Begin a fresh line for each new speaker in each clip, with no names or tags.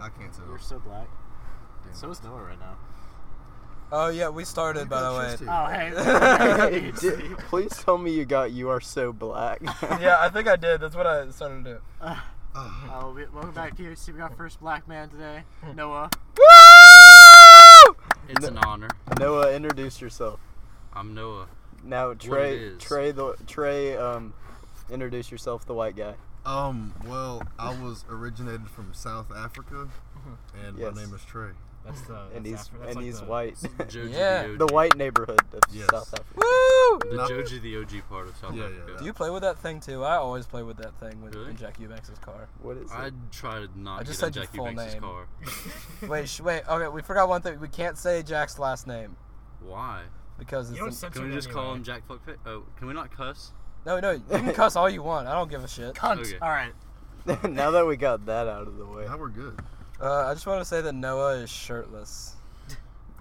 I can't tell.
You're so black.
Damn.
So is Noah right now.
Oh yeah, we started by the way.
Oh hey.
Hey, d- please tell me you got you are so black.
yeah, I think I did. That's what I started to do.
Ah,
Oh, we, welcome back to THC. We got first black man today, Noah.
It's an honor.
Noah, introduce yourself.
I'm Noah.
Now
it
Trey,
is.
Trey, the Trey, um, introduce yourself, the white guy.
um. Well, I was originated from South Africa,
Mm-hmm.
and
Yes.
my name is Trey.
That's the that's
and he's
Afri- that's
and
like
he's
the-
white.
Joji
Yeah. Uh,
the OG.
the white neighborhood of
Yes.
South Africa.
Woo!
The
Not- Oh
Joji the OG part of South
Yeah, yeah,
Africa.
Do you play with that thing too? I always play with that thing with
Really?
in Jack Eubanks' car.
What is
I
it?
tried not
I
to
just
get in
said your
Jackie
full
Banks'
name.
car.
Wait, sh- wait. Okay, we forgot one thing. We can't say Jack's last name
Why?
because
You
it's
don't
a-
censor
Can we
it
just call
anyway.
him Jack Fuck Pit? Oh, can we not cuss?
no, no. You can cuss all you want. I don't give a shit.
Cunt.
Okay.
All right.
now that we got that out of the way,
Now we're good.
Uh, I just want to say that Noah is shirtless.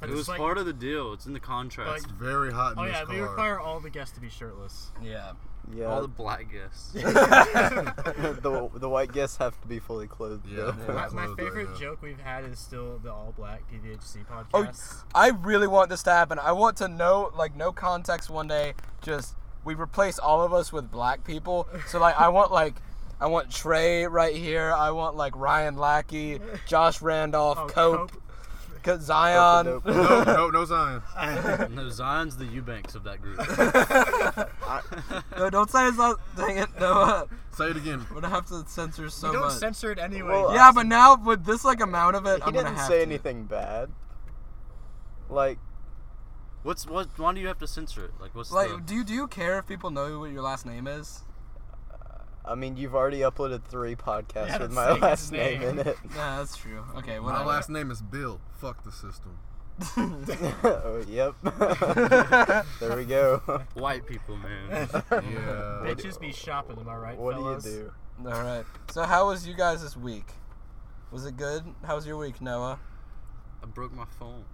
But
it
it's
was
like-
part of the deal. It's in the contract.
It's very hot in
Oh
this
yeah,
car.
they require all the guests to be shirtless.
Yeah.
yeah,
All the black guests.
the the white guests have to be fully clothed.
Yeah, I'm fully
My,
though.
my
clothed right
favorite
now.
joke we've had is still the all black PVHC podcast.
Oh, I really want this to happen. I want to know, like, no context one day. Just we replace all of us with black people. So like, I want like, I want Trey right here. I want like Ryan Lackey, Josh Randolph,
Oh,
Cope,
Cope.
Co- Zion.
Dope.
No, no, no sign.
no, Zion's the Eubanks of that group.
No, don't say his last. Dang it, Noah.
Say it again.
I'm gonna have to censor so
You don't
much.
censor it anyway.
Well,
yeah, but now with this like amount of it,
he
I'm gonna
didn't
have
say
to.
anything bad. Like
What's what? Why do you have to censor it? Like, what's the?
Like, do you do you care if people know what your last name is?
I mean, you've already uploaded three podcasts
Yeah, that's
with my
saying his
last name.
name.
in it.
Yeah, that's true. Okay,
My
whatever.
last name is Bill. Fuck the system.
oh, yep. there we go.
White people, man.
Yeah.
Bitches be shopping, am I right,
What
fellas?
do you do?
All right. So how was you guys this week? Was it good? How was your week, Noah?
I broke my phone.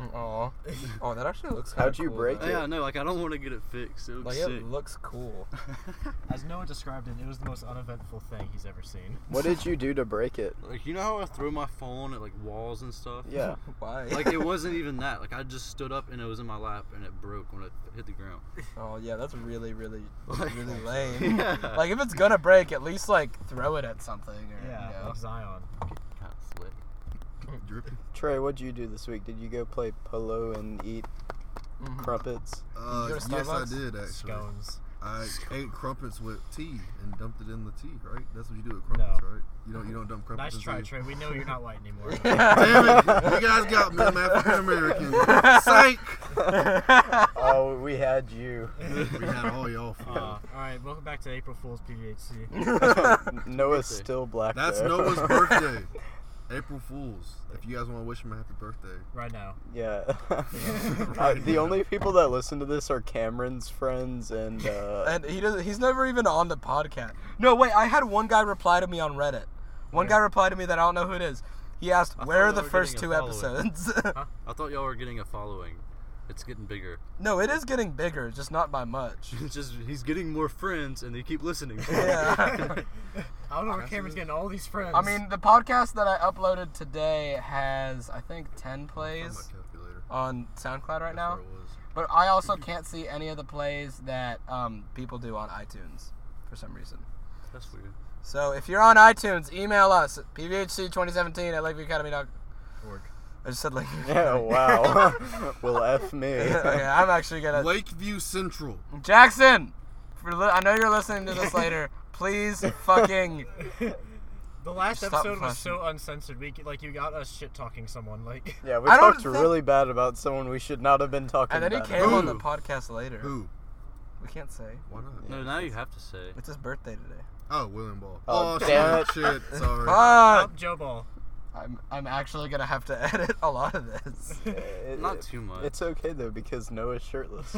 Mm,
Oh. Oh, that actually looks.
How'd
kinda
you
cool,
break
though.
it?
Oh, Yeah, no, like I don't want to get it fixed. It
Like
looks
it
sick.
looks cool.
As Noah described it, it was the most uneventful thing he's ever seen.
What did you do to break it?
Like you know how I throw my phone at like walls and stuff.
Yeah.
Why?
Like it wasn't even that. Like I just stood up and it was in my lap and it broke when it hit the ground.
oh yeah, that's really really
Like-
really lame.
Yeah.
Like if it's gonna break, at least like throw it at something. Or,
Yeah,
you know.
like Zion.
Kinda slick.
Drippy.
Trey, what'd you do this week? Did you go play polo and eat
Mm-hmm.
Mhm.
crumpets?
Uh,
go to
yes, I
Starbucks?
did actually.
Scones.
I ate crumpets with tea and dumped it in the tea, right? That's what you do with crumpets,
No.
right? You don't you don't dump crumpets.
Nice
in
try,
tea.
Trey. We know you're not white anymore.
Damn it! You guys got me. I'm African American. Psych.
oh, we had you.
We had all y'all.
Uh,
fooled.
all right, welcome back to April Fool's PVHC.
Noah's still black.
That's
though.
Noah's birthday. April Fools. If you guys want to wish him a happy birthday.
Right now.
yeah. Uh, the only people that listen to this are Cameron's friends and. Uh,
and he doesn't. He's never even on the podcast. No, wait. I had one guy reply to me on Reddit. One guy replied to me that I don't know who it is. He asked,
thought
"Where are
we
the
were
first
getting
two
a follow-up."
episodes?"
I thought y'all were getting a following. It's getting bigger.
no, it is getting bigger, just not by much.
It's just he's getting more friends and they keep listening. to him.
Yeah.
I don't know where Cameron's getting all these friends.
I mean, the podcast that I uploaded today has, I think,
On
ten
my
plays
calculator.
on SoundCloud right
That's
now.
where it was.
But I also can't see any of the plays that um, people do on iTunes for some reason.
That's weird.
So if you're on iTunes, email us at pvhc2017 at lakeviewacademy.org.
Org.
I just said Lakeview.
yeah, wow. well, F me.
okay, I'm actually gonna
Lakeview Central.
Jackson. For li- I know you're listening to this later. Please fucking
the last
Stop
episode was
flashing.
so uncensored. We like you got us shit talking someone. Like
Yeah, we
I don't
talked
think-
really bad about someone we should not have been talking
and then he
about.
came on the
Who?
podcast later.
Who?
We can't say.
Why not?
No, now you have to say.
It's his birthday today.
Oh, William Ball.
Oh,
Oh,
damn
shit, shit. Sorry.
Fuck!
up Joe Ball.
I'm I'm actually gonna have to edit a lot of this.
It-
Not
it-
too much.
It's okay though because Noah's shirtless.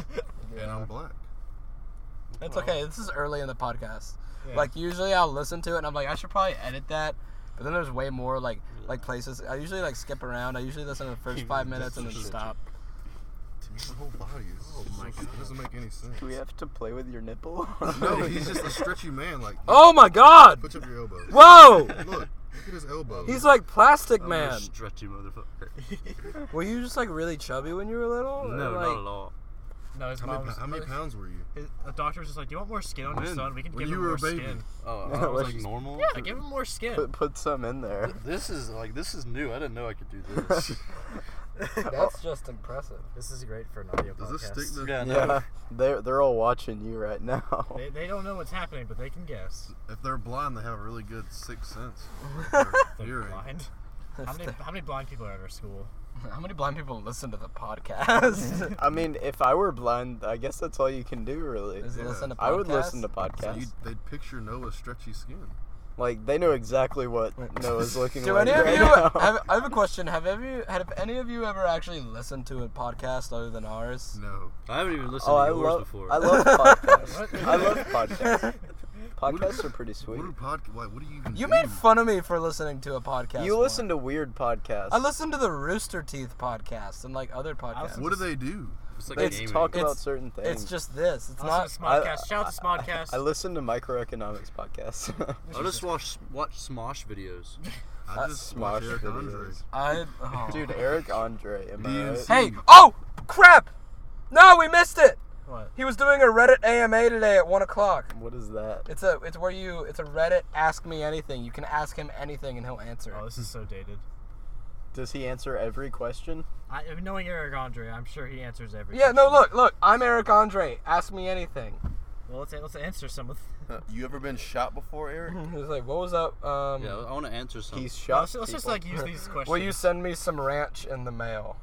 And I'm black.
It's okay. This is early in the podcast.
Yeah.
Like usually I'll listen to it and I'm like I should probably edit that. But then there's way more like like places. I usually like skip around. I usually listen to the first five minutes and then stop.
Your whole body is. Oh my god. It doesn't make any sense.
Do we have to play with your nipple?
No, he's just a stretchy man. Like,
Oh my god!
put up your elbow.
Whoa!
Look, Look at his elbow.
He's like Plastic
I'm a
Man.
stretchy motherfucker.
Were you just like really chubby when you were little? Or,
No,
like,
not at all.
No, his
how,
mom.
many,
was-
how many pounds were you?
his- a doctor was just like, "Do you want more skin on your
When?
son? We can
When
give
you
him
were a
more
baby.
skin.
Oh,
No,
I was
let's
like
just-
normal.
Yeah, give him more skin."
Put put some in there.
This is like this is new. I didn't know I could do this.
That's just impressive.
This is great for an audio
Does this
podcast.
stick? The,
yeah, no.
Yeah, they're they're all watching you right now.
They, they don't know what's happening, but they can guess.
If they're blind, they have a really good sixth sense.
They're
Hearing.
blind. How many, how many blind people are at our school?
How many blind people listen to the podcast?
I mean, if I were blind, I guess that's all you can do, really.
Is
Yeah.
listen to
I would listen
podcasts?
to
So
podcasts.
you, they'd picture Noah's stretchy skin.
Like they know exactly what Noah's looking
Do
like.
any of
right
you?
now.
Have, I have a question. Have you? Have any of you ever actually listened to a podcast other than ours?
No.
I haven't even listened
Oh,
to
I
yours
love,
before.
I love podcasts. I love podcasts. Podcasts are pretty
What
sweet.
do podcast? Like, what do you even?
You
do?
made fun of me for listening to a podcast.
You
once.
listen to weird podcasts.
I listen to the Rooster Teeth podcast and like other podcasts.
What do they do?
it's like
They
gaming.
talk
It's-
about certain things.
It's just this. It's
Not
not.
to
I-
Smodcast. Shout out to Smodcast.
I listen to microeconomics podcasts.
I just watch watch Smosh videos.
I just watch
Smosh
Eric Andre.
videos.
I. Oh.
Dude, Eric Andre, am I right?
DNC.
Hey! Oh! Crap! No, we missed it.
What?
He was doing a Reddit AMA today at one o'clock.
What is that?
It's a. It's where you. It's a Reddit Ask Me Anything. You can ask him anything and he'll answer.
Oh, this is so dated.
Does he answer every question?
I, knowing Eric Andre, I'm sure he answers everything.
Yeah. No. Look. Look. I'm Eric Andre. Ask me anything.
Well, let's let's answer some of.
You ever been shot before, Eric?
He was like, "What was up? Um,
Yeah, I want to answer some.
He's shot.
Let's, let's just like use these questions.
will you send me some ranch in the mail?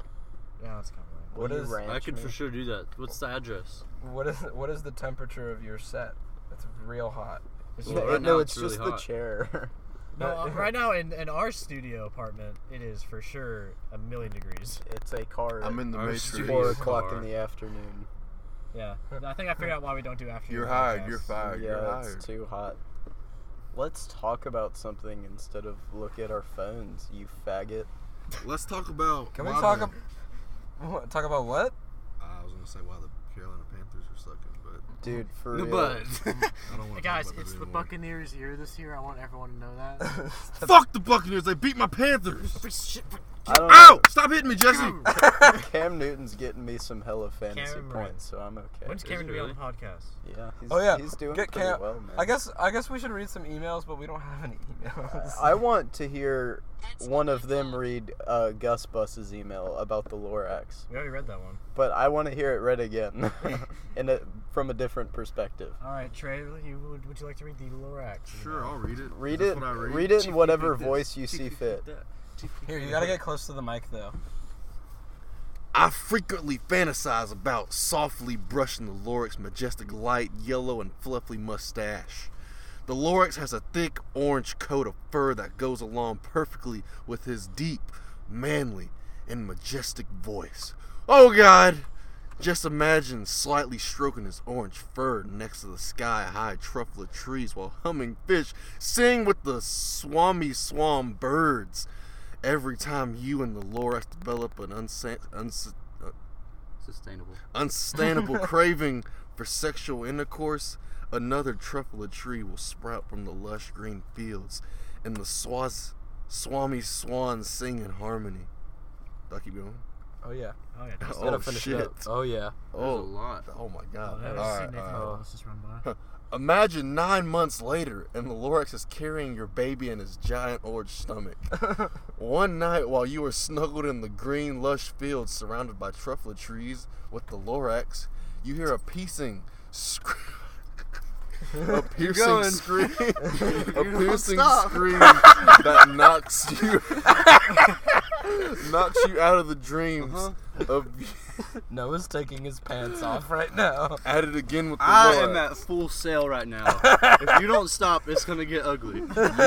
Yeah, that's kind of
What
What
is
is-
I could for sure do that. What's the address?
What is what is the temperature of your set? It's real hot.
Well,
no,
right now
it's,
it's really
just the
hot.
chair.
No, uh, right now in, in our studio apartment, it is for sure a million degrees.
it's a car.
I'm in the
Our
Matrix.
studio.
four
Please,
o'clock
car.
in the afternoon.
Yeah, I think I figured out why we don't do after.
You're hired. You're
Oh,
fired. you're
yeah,
hired.
it's too hot. Let's talk about something instead of look at our phones, you faggot.
Let's talk about.
Can we
why
talk
the- uh,
ab- what- talk about what?
I was gonna say why the Carolina Panthers are sucking, but
Dude, for real.
But
I don't want to.
Guys,
talk about
it's
that
the
anymore.
Buccaneers' year this year. I want everyone to know that.
Fuck the Buccaneers! They beat my Panthers.
I don't
Ow!
know.
Stop hitting me, Jesse.
Cam Newton's getting me some hella fantasy
Cameron.
points, so I'm okay.
When's Cameron
it
to be on the podcast?
Yeah, he's,
Oh yeah.
he's doing
Get
pretty
Cam-
well, man.
I guess I guess we should read some emails, but we don't have any emails.
I want to hear one of them read uh, Gus Bus's email about the Lorax,
We already read that one.
but I want to hear it read again, and it, from a different perspective.
All right, Trey, you, would, would you like to read the Lorax?
Sure, I'll read it.
Read
That's
it.
what I
Read. it in whatever voice you see fit.
Here, you gotta get close to the mic though.
I frequently fantasize about softly brushing the Lorik's majestic light yellow and fluffy mustache. The Lorix has a thick orange coat of fur that goes along perfectly with his deep, manly, and majestic voice. Oh God! Just imagine slightly stroking his orange fur next to the sky high truffle trees while humming fish sing with the swami swam birds. Every time you and the Lorax develop an unsan- uns- uh,
Sustainable.
unsustainable craving for sexual intercourse, another truffle tree will sprout from the lush green fields, and the swaz- swami swans sing in harmony. Doc, keep going.
Oh yeah.
Oh yeah. just-
Oh shit!
Oh yeah.
There's a
Oh,
lot.
oh my
Oh,
god! All
that was
right,
Nathan
all right.
Phillips just run by.
Imagine nine months later, and the Lorax is carrying your baby in his giant orange stomach. One night, while you are snuggled in the green, lush fields surrounded by truffle trees with the Lorax, you hear a piercing, scr- a piercing
going.
scream, a
don't
piercing
stop.
scream that knocks you, knocks you out of the dreams
Uh-huh.
of
Noah's taking his pants off right now.
at it again with the
I
Lorax.
am at full sale right now. if you don't stop, it's gonna get ugly.
you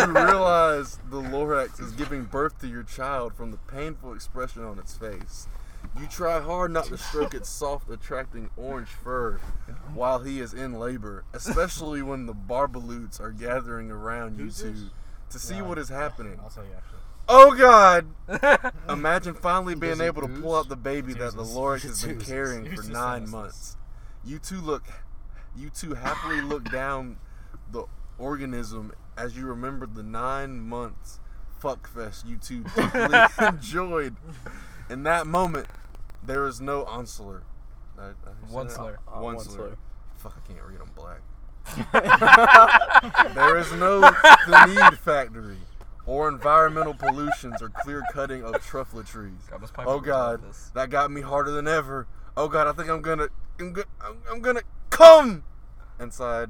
realize the Lorax is giving birth to your child from the painful expression on its face. You try hard not to stroke its soft, attracting orange fur while he is in labor, especially when the barbaloots are gathering around you two to see what is happening.
I'll tell you after.
Oh God! Imagine finally being
it
able to pull out the baby that the
Jesus.
Lorax has been
Jesus.
carrying for
Jesus.
nine months. You two look, you two happily look down the organism as you remember the nine months fuckfest you two deeply enjoyed. In that moment, there is no onceler. I- I said that?
Onceler.
Uh,
Onceler.
onceler.
Fuck, I can't read. I'm black. there is no the need factory or environmental pollutions or clear cutting of truffle trees.
God, this pipe
oh
is
God,
ridiculous.
that got me harder than ever. Oh God, I think I'm gonna, I'm gonna, I'm, I'm gonna come inside.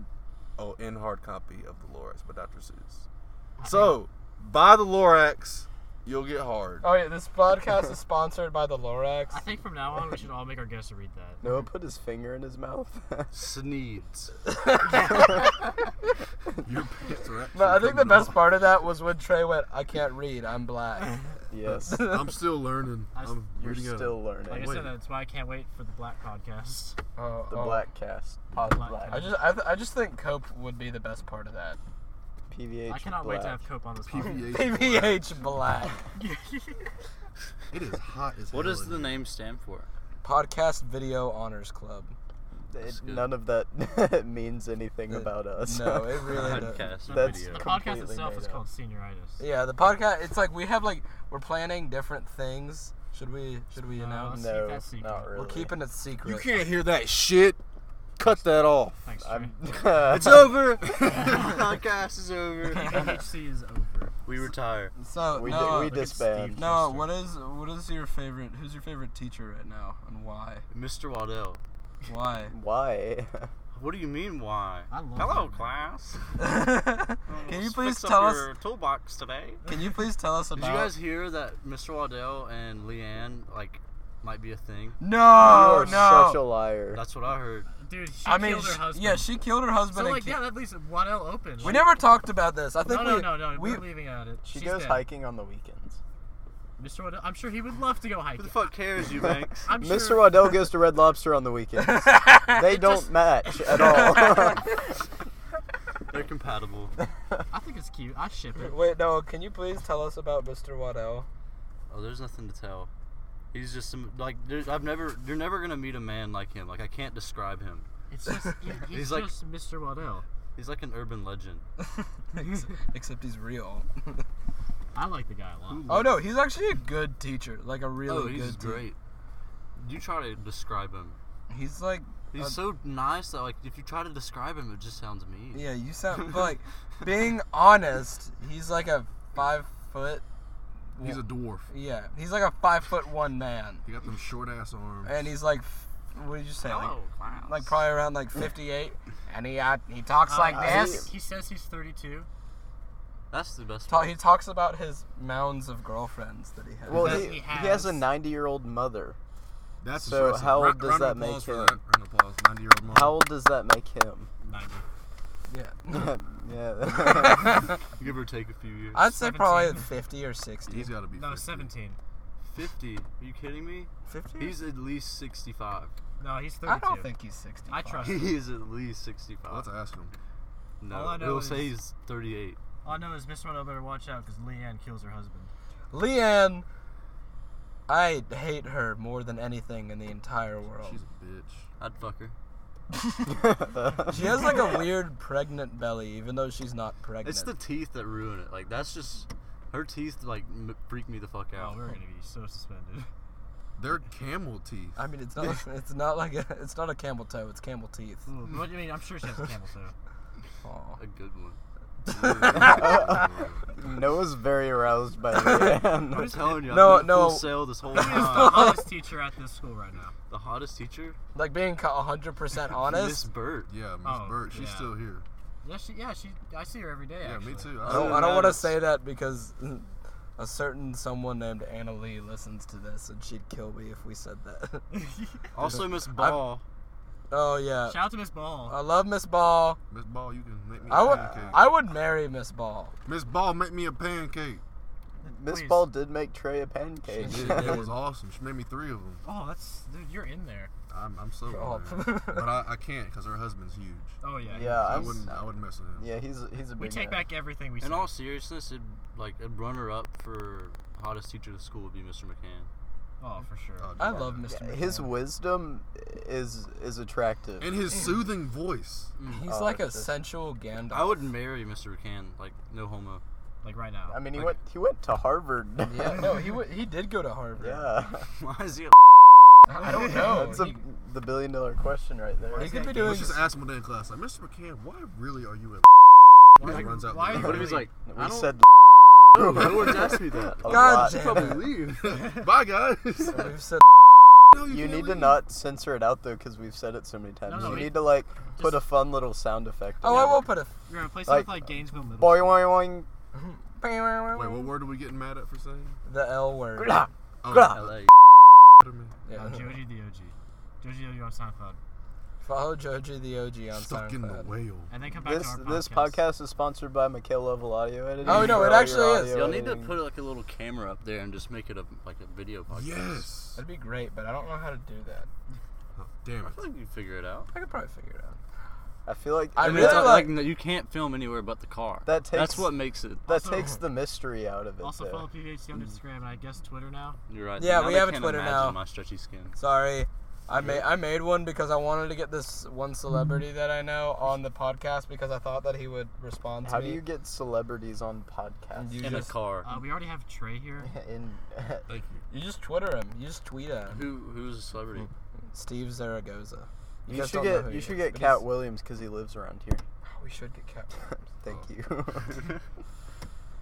Oh, in hard copy of the Lorax by Dr. Seuss. So, buy the Lorax, you'll get hard.
Oh yeah, this podcast is sponsored by the Lorax.
I think from now on we should all make our guests read that.
Noah put his finger in his mouth.
Sneeds.
Your pants are actually
But I think the
coming
best
off.
part of that was when Trey went, "I can't read. I'm black."
yes.
I'm still learning.
I s-
I'm
You're
reading a-
still learning.
Like I
Wait.
said, that's why I can't wait for the Black podcast.
Oh,
the
oh.
black cast.
Pod Black.
I just, I, th- I just think cope would be the best part of that.
PVH.
I cannot wait to have Cope on this podcast.
PVH.
PVH Black
It is hot as
What
hell
does
in
the
here.
name stand for?
Podcast Video Honors Club.
It,
good.
none of that means anything
Uh,
about us.
No, it really. does.
Podcast
That's
video.
The podcast
completely
itself
made
is
up.
called Senioritis.
Yeah, the podcast. It's like we have like we're planning different things. Should we? Should we
Uh, let's
announce?
keep
No,
that secret.
not really.
We're keeping it secret.
You can't hear that shit. Cut that off.
Thanks, Trey.
I'm.
It's over.
podcast is over.
PVHC is over.
We retire.
So
we,
no,
we
look at Steve.
disband.
no. What is what is your favorite? Who's your favorite teacher right now, and why?
Mr. Waddell.
Why?
Why?
What do you mean why?
I love
Hello,
him.
class.
can you
Let's
please
fix up
tell us?
your toolbox today?
Can you please tell us
Did
about?
you guys hear that Mr. Waddell and Leanne like might be a thing?
No,
Oh,
you are such a
no.
liar.
That's what I heard.
Dude, she
I mean,
killed her
sh-
husband.
yeah, she killed her husband.
So
and
like,
ki-
yeah, that leaves one L open.
we never talked about this. I think
No, no,
we.
no, no.
we,
we're leaving out it.
she
She's
goes
dead.
hiking on the weekends.
Mr. Waddell, I'm sure he would love to go
Who
hiking.
the fuck cares, you Banks?
I'm
Mr.
sure.
Waddell goes to Red Lobster on the weekends. they don't
just-
match at all.
They're compatible.
I think it's cute. I ship it.
Wait, no. Can you please tell us about Mr. Waddell?
Oh, there's nothing to tell. He's just some like there's, I've never you're never gonna meet a man like him. Like I can't describe him.
It's just, it, it's
He's like-
just Mr. Waddell.
He's like an urban legend.
Except he's real.
I like the guy a lot.
oh no, he's actually a good teacher. Like a really
oh, he's
good. te-
great. You try to describe him.
He's like
He's
Uh,
so nice that like if you try to describe him, it just sounds mean.
yeah. You sound but, like being honest. He's like a five foot.
He's a dwarf.
Yeah, he's like a five foot one man,
He got them short ass arms.
and he's like, f- what did you say? Like,
Oh.
Hello, class.
like probably around like 58 and he uh, he talks like
Uh,
this
He says he's 32.
That's the best.
Ta-
part.
he talks about his mounds of girlfriends that he has
well,
That he
he, he has a
has.
90 year old mother.
That's
So
impressive.
how
Ra-
old does
round of
that make
applause for
him?
that. Round of applause. Ninety year old mom.
How old does that make him?
90.
yeah
yeah.
Give or take a few years.
i'd say
17.
probably 50 or 60
He's got to be.
No,
50.
17.
50. Are you kidding me?
50
He's at least 65.
No, he's 32.
i don't think he's 60
I trust him.
He is at least 65.
Let's ask him.
no,
all I know
he'll
is-
say he's 38.
All I know is Mr. Waddell better watch out because Leanne kills her husband.
leanne i hate her more than anything in the entire world
She's a bitch.
I'd fuck her.
she has like a weird pregnant belly even though she's not pregnant
It's the teeth that ruin it. Like that's just her teeth. Like m- freak me the fuck
Oh,
out.
we're gonna be so suspended.
They're camel teeth.
i mean it's not it's not like a, it's not a camel toe it's camel teeth
what do you mean? I'm sure she has a camel toe.
Aw.
a good one.
Noah's very aroused by
I'm
the
telling you.
No,
I've been
no.
Full sale this whole
Who is the
time.
hottest teacher at this school right now?
the hottest teacher.
like being ca- 100%
Miss
honest
Burt.
yeah, Miss
Oh,
Bird. She's
yeah.
still here.
Yeah, she. Yeah, she. I see her every day.
Yeah,
actually.
me too.
I
I
don't,
Doesn't
I don't want to
matter.
say that because a certain someone named Anna Lee listens to this and she'd kill me if we said that.
Also Miss Ball.
oh yeah,
Shout out to Miss Ball.
I
Uh,
love Miss Ball.
Miss Ball, you can make me a
I would
pancake.
I would marry Miss Ball.
Miss Ball, make me a pancake.
Miss
Please.
Ball did make Trey a pancake.
She
Yeah, it was awesome. She made me three of them.
Oh, that's dude. You're in there.
I'm, I'm so
Oh.
glad. But I, I can't because her husband's huge.
Oh yeah.
yeah,
I
I'm,
wouldn't. I wouldn't mess with him.
yeah, he's he's a big
We take
man.
back everything we said.
In all seriousness, it like a runner up for hottest teacher of school would be Mr. McCann.
oh, for sure.
Uh,
Oh,
I
dude.
love Mr.
Yeah,
McCann.
his wisdom is is attractive.
And his soothing voice.
He's
Oh,
like a
it's just-
sensual Gandalf.
I would marry Mr. McCann. Like no homo.
like right now.
I mean, he
Okay.
went he went to Harvard.
Yeah, no, he w- he did go to Harvard.
yeah.
Why is he? A
I don't know.
That's a,
Oh, He-
the billion dollar question right there.
he could be doing.
Let's just ask him one day in class, like, Mr. McCann, why really are you in?
Why,
He runs out
why
the
are
door.
you
What if
really-
he's like,
We
don't-
said
No, no one's asked me that.
a
God
lot.
damn.
leave.
Bye, guys.
We've said
No,
You
can't
need to
leave.
not censor it out though, because we've said it so many times.
no,
you
we-
need to like put a fun little sound effect.
Oh, I will put a.
You're gonna replace
Like,
it with like Gainesville Middle.
Boy, boing,
Wait, what word are we getting mad at for saying?
The L word.
boing.
Oh,
Grah.
LA.
Letterman.
School.
Yeah.
Uh, Joji the OG. Joji the OG on SoundCloud.
Follow Joji the OG on
Stuck in the
SoundCloud.
whale.
And then come back
This
to our podcast.
this podcast is sponsored by Mikhail Level Audio Editing.
Oh, no, it
for all your
actually is.
audio
Y'all need to
editing.
put like a little camera up there and just make it a like a video podcast.
Oh, Yes.
That'd be great, but I don't know how to do that.
Oh, damn
I
it.
feel like you figure it out.
I could probably figure it out.
I feel like
I
mean,
really
it's not
like-
no, you can't film anywhere but the car.
That takes-
That's what makes it.
that
Also-
takes the mystery out of it.
Also
though.
follow PVHC on Instagram and I guess Twitter now.
You're right.
Yeah,
Now
we
they
have a
can't
Twitter
imagine
now.
My stretchy skin.
Sorry. I made I made one because I wanted to get this one celebrity that I know on the podcast because I thought that he would respond to
How
me.
do you get celebrities on podcasts?
You
in
just,
a car.
Uh, we already have Trey here.
In
Thank you.
you just Twitter him. You just tweet at him.
Who who's a celebrity?
Steve Zaragoza.
you,
guys
should
don't know who
get
he
you should
is,
get
but
Cat
he's-
Williams because he lives around here.
Oh, we should get Cat. Williams.
Thank you.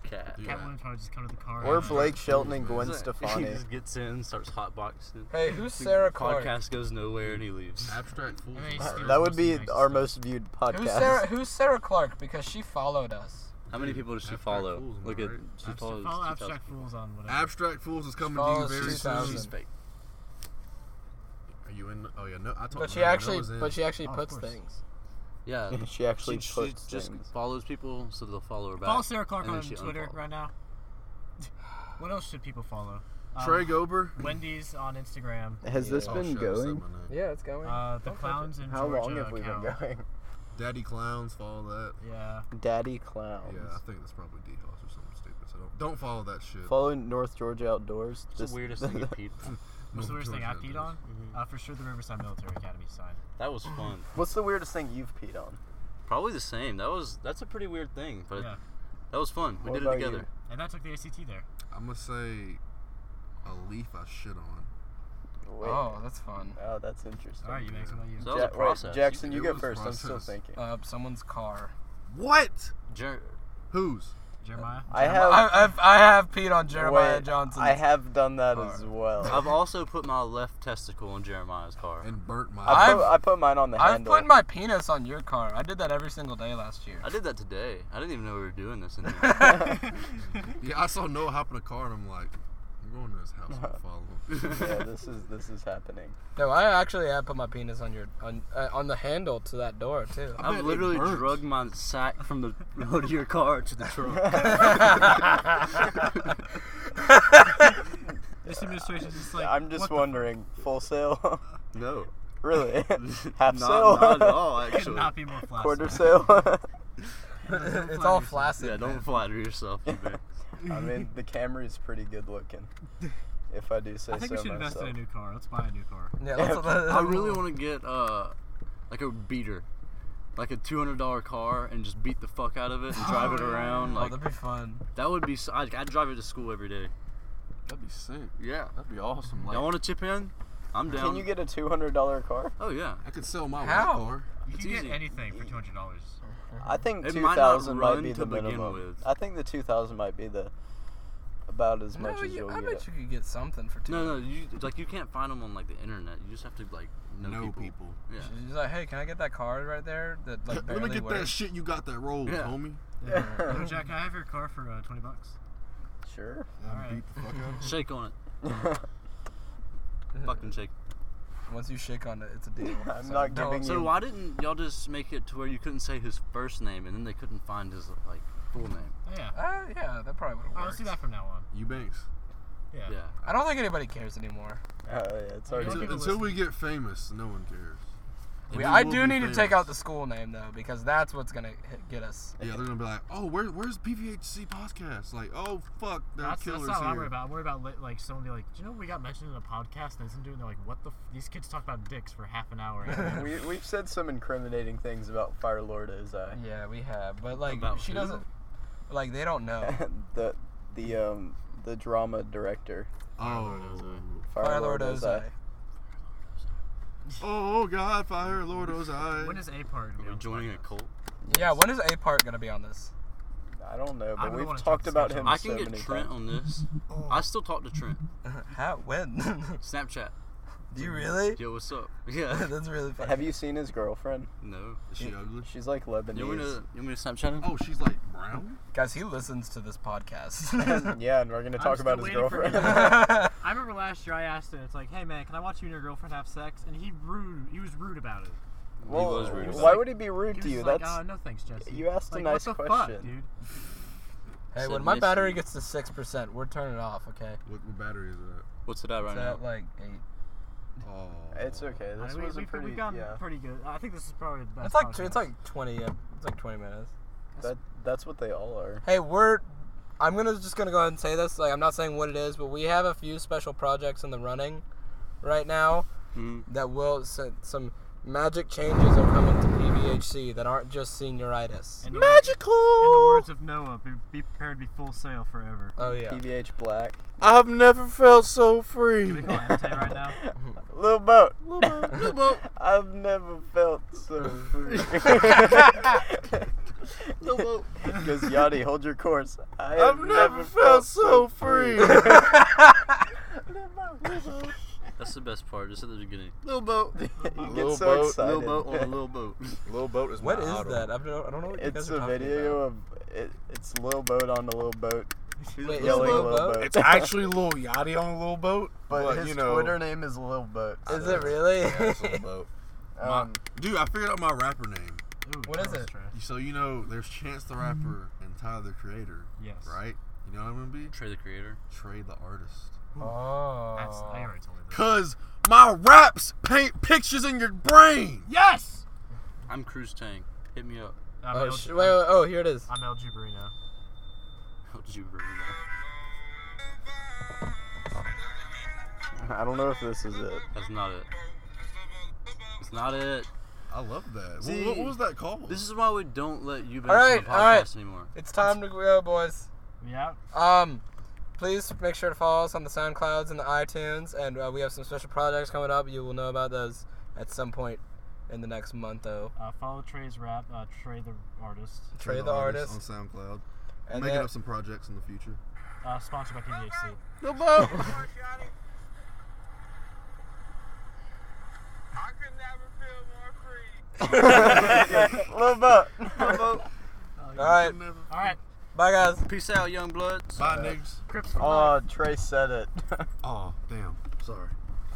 Cat.
Yeah.
Cat Williams probably just come to the car.
Or
and-
Blake Shelton and Gwen
Isn't it-
Stefani.
He just gets in, starts hotboxing.
Hey, who's
The
Sarah Clark?
Podcast goes nowhere and he leaves.
Abstract fool.
I mean,
Alright.
Steve-
That would be
Who's
our most viewed podcast.
Who's Sarah? Who's Sarah Clark? Because she followed us.
How many people does she
Abstract
follow?
Fools, am I
Look at
right?
she follows.
Follow
2,000
Abstract
people.
Fools on whatever.
Abstract Fools is coming to you
Follows
very
2000.
soon.
She's fake.
Are you in? Oh yeah, no. I talked
But
to
she
Noah.
actually,
Noah's in.
but she actually
Oh, of
puts
course.
things.
Yeah.
She actually
she,
puts
she just
things.
follows people, so they'll follow her back.
Follow Sarah Clark
and
on
then she
Twitter
unfollows.
right now. What else should people follow? Um,
Trey Gober.
Wendy's on Instagram.
Has this
Oh,
been
shit, I said
going?
my name.
Yeah, it's going.
Uh, the clowns in
How
Georgia
long have we
account.
been going?
Daddy clowns. Follow that.
Yeah.
Daddy Clowns.
Yeah, I think that's probably D House or something stupid. So don't don't follow that shit.
Following North Georgia Outdoors.
It's the weirdest thing you peed.
What's the weirdest thing I
Georgia
peed
does.
on?
Mm-hmm.
Uh, for sure, the Riverside Military Academy sign.
That was fun.
What's the weirdest thing you've peed on?
Probably the same. That was that's a pretty weird thing, but
Yeah.
that was fun. We
What
did it
about
together.
And that took the ACT there.
I'm gonna say a leaf I shit on.
Wait.
Oh, that's fun.
Oh, that's interesting.
All right, you make somebody
So
you.
that was a
Ja- wait,
process.
Jackson,
It
you, go
was
first. I'm still
process.
thinking.
Uh, someone's car.
What?
Jer-
Who's?
Jeremiah.
I have.
I, I've, I have peed on Jeremiah
wait,
Johnson.
I have done that
car.
as well.
I've also put my left testicle in Jeremiah's car.
And burnt my.
I put,
I've-
I put mine on the
I've
handle.
put my penis on your car. I did that every single day last year.
I did that today. I didn't even know we were doing this. In here.
yeah, I saw Noah hop in a car and I'm like, I'm going to his house and follow him.
yeah, this is this is happening.
No, I actually have put my penis on your on uh, on the handle to that door too.
I bet
I've
it
literally
burnt.
drugged my sack from the road of your car to the trunk.
This administration's just like.
I'm just
what the
wondering, full sale,
No,
really?
not,
Half sale,
not at all.
f- Could
Actually,
not be more flaccid.
quarter sale.
it's all flaccid.
yeah. Don't flatter yourself. You bitch.
I mean, the camera is pretty good looking. If I do say
I think
so
we should invest
myself.
in a new car. Let's buy a new car.
Yeah, let's- let's-
I really want to get uh, like a beater, like a two hundred dollar car, and just beat the fuck out of it and drive it around.
Oh,
Like
that'd be fun.
that would be. s- I'd, I'd drive it to school every day.
That'd be sick.
Yeah.
That'd be awesome. Like,
Y'all want to chip in? I'm down.
Can you get a two hundred dollar car?
oh yeah.
I could sell my
How?
white car.
You
It's
can
easy.
get anything for two hundred dollars.
I think
It
two
might not
thousand might,
run
be
to
the
begin
minimum.
with.
I think the two thousand might be the about as much
No,
as
you,
you'll
I
get.
bet you could get something for two.
No, no. You like you can't find them on like the internet. You just have to like know,
No
people.
people.
Yeah.
She's like, hey, can I get that card right there? That like
Let
barely
me get that
works.
shit you got that rolled,
Yeah.
homie.
Oh, Jack, can I have your car for uh, twenty bucks?
Sure. Oh,
And
Alright.
beat the fuck out of him.
Shake on it. Fucking shake.
Once you shake on it, it's a deal.
I'm
So
not
don't-
giving
So
you.
why didn't y'all just make it to where you couldn't say his first name and then they couldn't find his like full name?
Oh, yeah.
Uh, yeah, that probably would have
All right, let's
worked.
do that from now on.
Eubanks.
Yeah.
Yeah.
I don't think anybody cares anymore.
Oh, yeah, it's already.
Until,
people
until we get famous, no one cares.
We,
And
I
will
do
be
need to take
famous.
out the school name though, because that's what's gonna hit, get us.
Yeah, they're gonna be like, oh, where, where's PVHC podcast? Like, oh fuck, there are
That's, that's
killers
not what I worry
here.
about. I worry about li- like someone be like, do you know we got mentioned in a podcast and listen to it? And they're like, what the? F-? These kids talk about dicks for half an hour. And
We, we've said some incriminating things about Fire Lord Ozai.
Yeah, we have, but like
About
she
who?
doesn't. Like they don't know.
the the um the drama director.
Oh.
Fire Lord Ozai.
Oh, oh, God, fire, Lord oh, Ozai.
When is A part?
Are we joining a cult?
Yeah, when is A part gonna be on this?
I don't know,
I
but
don't
we've
wanna check
talked
the
about
schedule.
him
I
so
can get
many
Trent
times.
on this. I still talk to Trent.
How? When?
Snapchat.
Do you really?
Yo, what's up? Yeah.
That's really funny.
Have you seen his girlfriend?
no.
Is she ugly?
She's like
You want me to?
Lebanese.
You want me to Snapchat him?
Oh, she's like brown?
Guys, he listens to this podcast.
yeah, and we're gonna talk
still
about his
waiting for
girlfriend.
him. I remember last year I asked him, it's like, hey man, can I watch you and your girlfriend have sex? And he rude. He was rude about it.
well,
was rude.
why would he be rude
He
to
was
you?
like,
That's
oh, no thanks, Jesse.
you asked a
like,
nice
what the Fuck,
question.
dude.
hey,
Said
when my
Missy.
battery gets to six percent, we're turning it off. Okay.
What, what battery is that?
What's it at right
It's
now?
at like eight.
Oh.
it's okay.
I
This
mean,
was
we,
a pretty
have gotten
yeah.
pretty good. I think this is probably the best.
It's like
podcast.
two, it's like twenty. yeah, It's like twenty minutes.
That that's what they all are.
Hey, we're. I'm gonna just gonna go ahead and say this. Like, I'm not saying what it is, but we have a few special projects in the running, right now,
Mhm.
that will so- some magic changes are coming to PVHC that aren't just senioritis.
In the words- In the
Magical!
words of Noah, be, be prepared to be full sail forever.
Oh yeah.
PVH Black.
I've never felt so
Can
free.
we call MJ right now?
Little boat.
Little boat,
I've never felt so free.
little boat.
Because Yachty, hold your course. I have
I've never felt so free.
That's the best part. Just at the beginning.
Little boat.
you get
Little
so
boat,
excited.
Little boat on a little boat.
Little boat is
What
my
is
idol.
that? I don't, I don't know what you
It's
guys are
a
talking
video
about.
of it, it's Lil Boat on a little boat
Wait,
yelling
is, it
Lil,
Lil Bo?
Boat.
It's actually Lil Yachty on a little boat,
but
but,
his
you know.
Twitter name is Lil Boat.
Is it really?
Yeah, it's Lil Boat.
Um,
Dude, I figured out my rapper name.
Ooh,
What
that
is
was
it?
trash.
So you know, there's Chance the Rapper and Tyler the Creator,
Yes.
right? You know what I'm gonna be?
Trey the Creator.
Trey the Artist.
oh.
That's, I already told you that.
Cause my raps paint pictures in your brain.
Yes!
I'm Cruz Tang. Hit me up.
I'm,
Oh,
El,
sh- wait, wait, oh, here it is.
I'm El Gibarino.
How did you bring me up?
I don't know if this is it.
That's not it. It's not it.
I love that.
See,
what, what was that called?
This is why we don't let you back
Alright,
on the podcast
alright.
anymore.
It's time to go, oh, boys.
Yeah.
Um, please make sure to follow us on the SoundClouds and the iTunes, and uh, we have some special projects coming up. You will know about those at some point in the next month, though.
Uh, follow Trey's rap, uh, Trey the artist.
Trey the artist.
on SoundCloud.
And
Making
then-
up some projects in the future.
Uh, sponsored by PVHC.
No boat.
Lil Boat.
All right,
Alright.
bye guys.
Peace out, young bloods.
Bye, niggas.
Crips for life.
Oh, Trey said it.
Oh, damn. Sorry.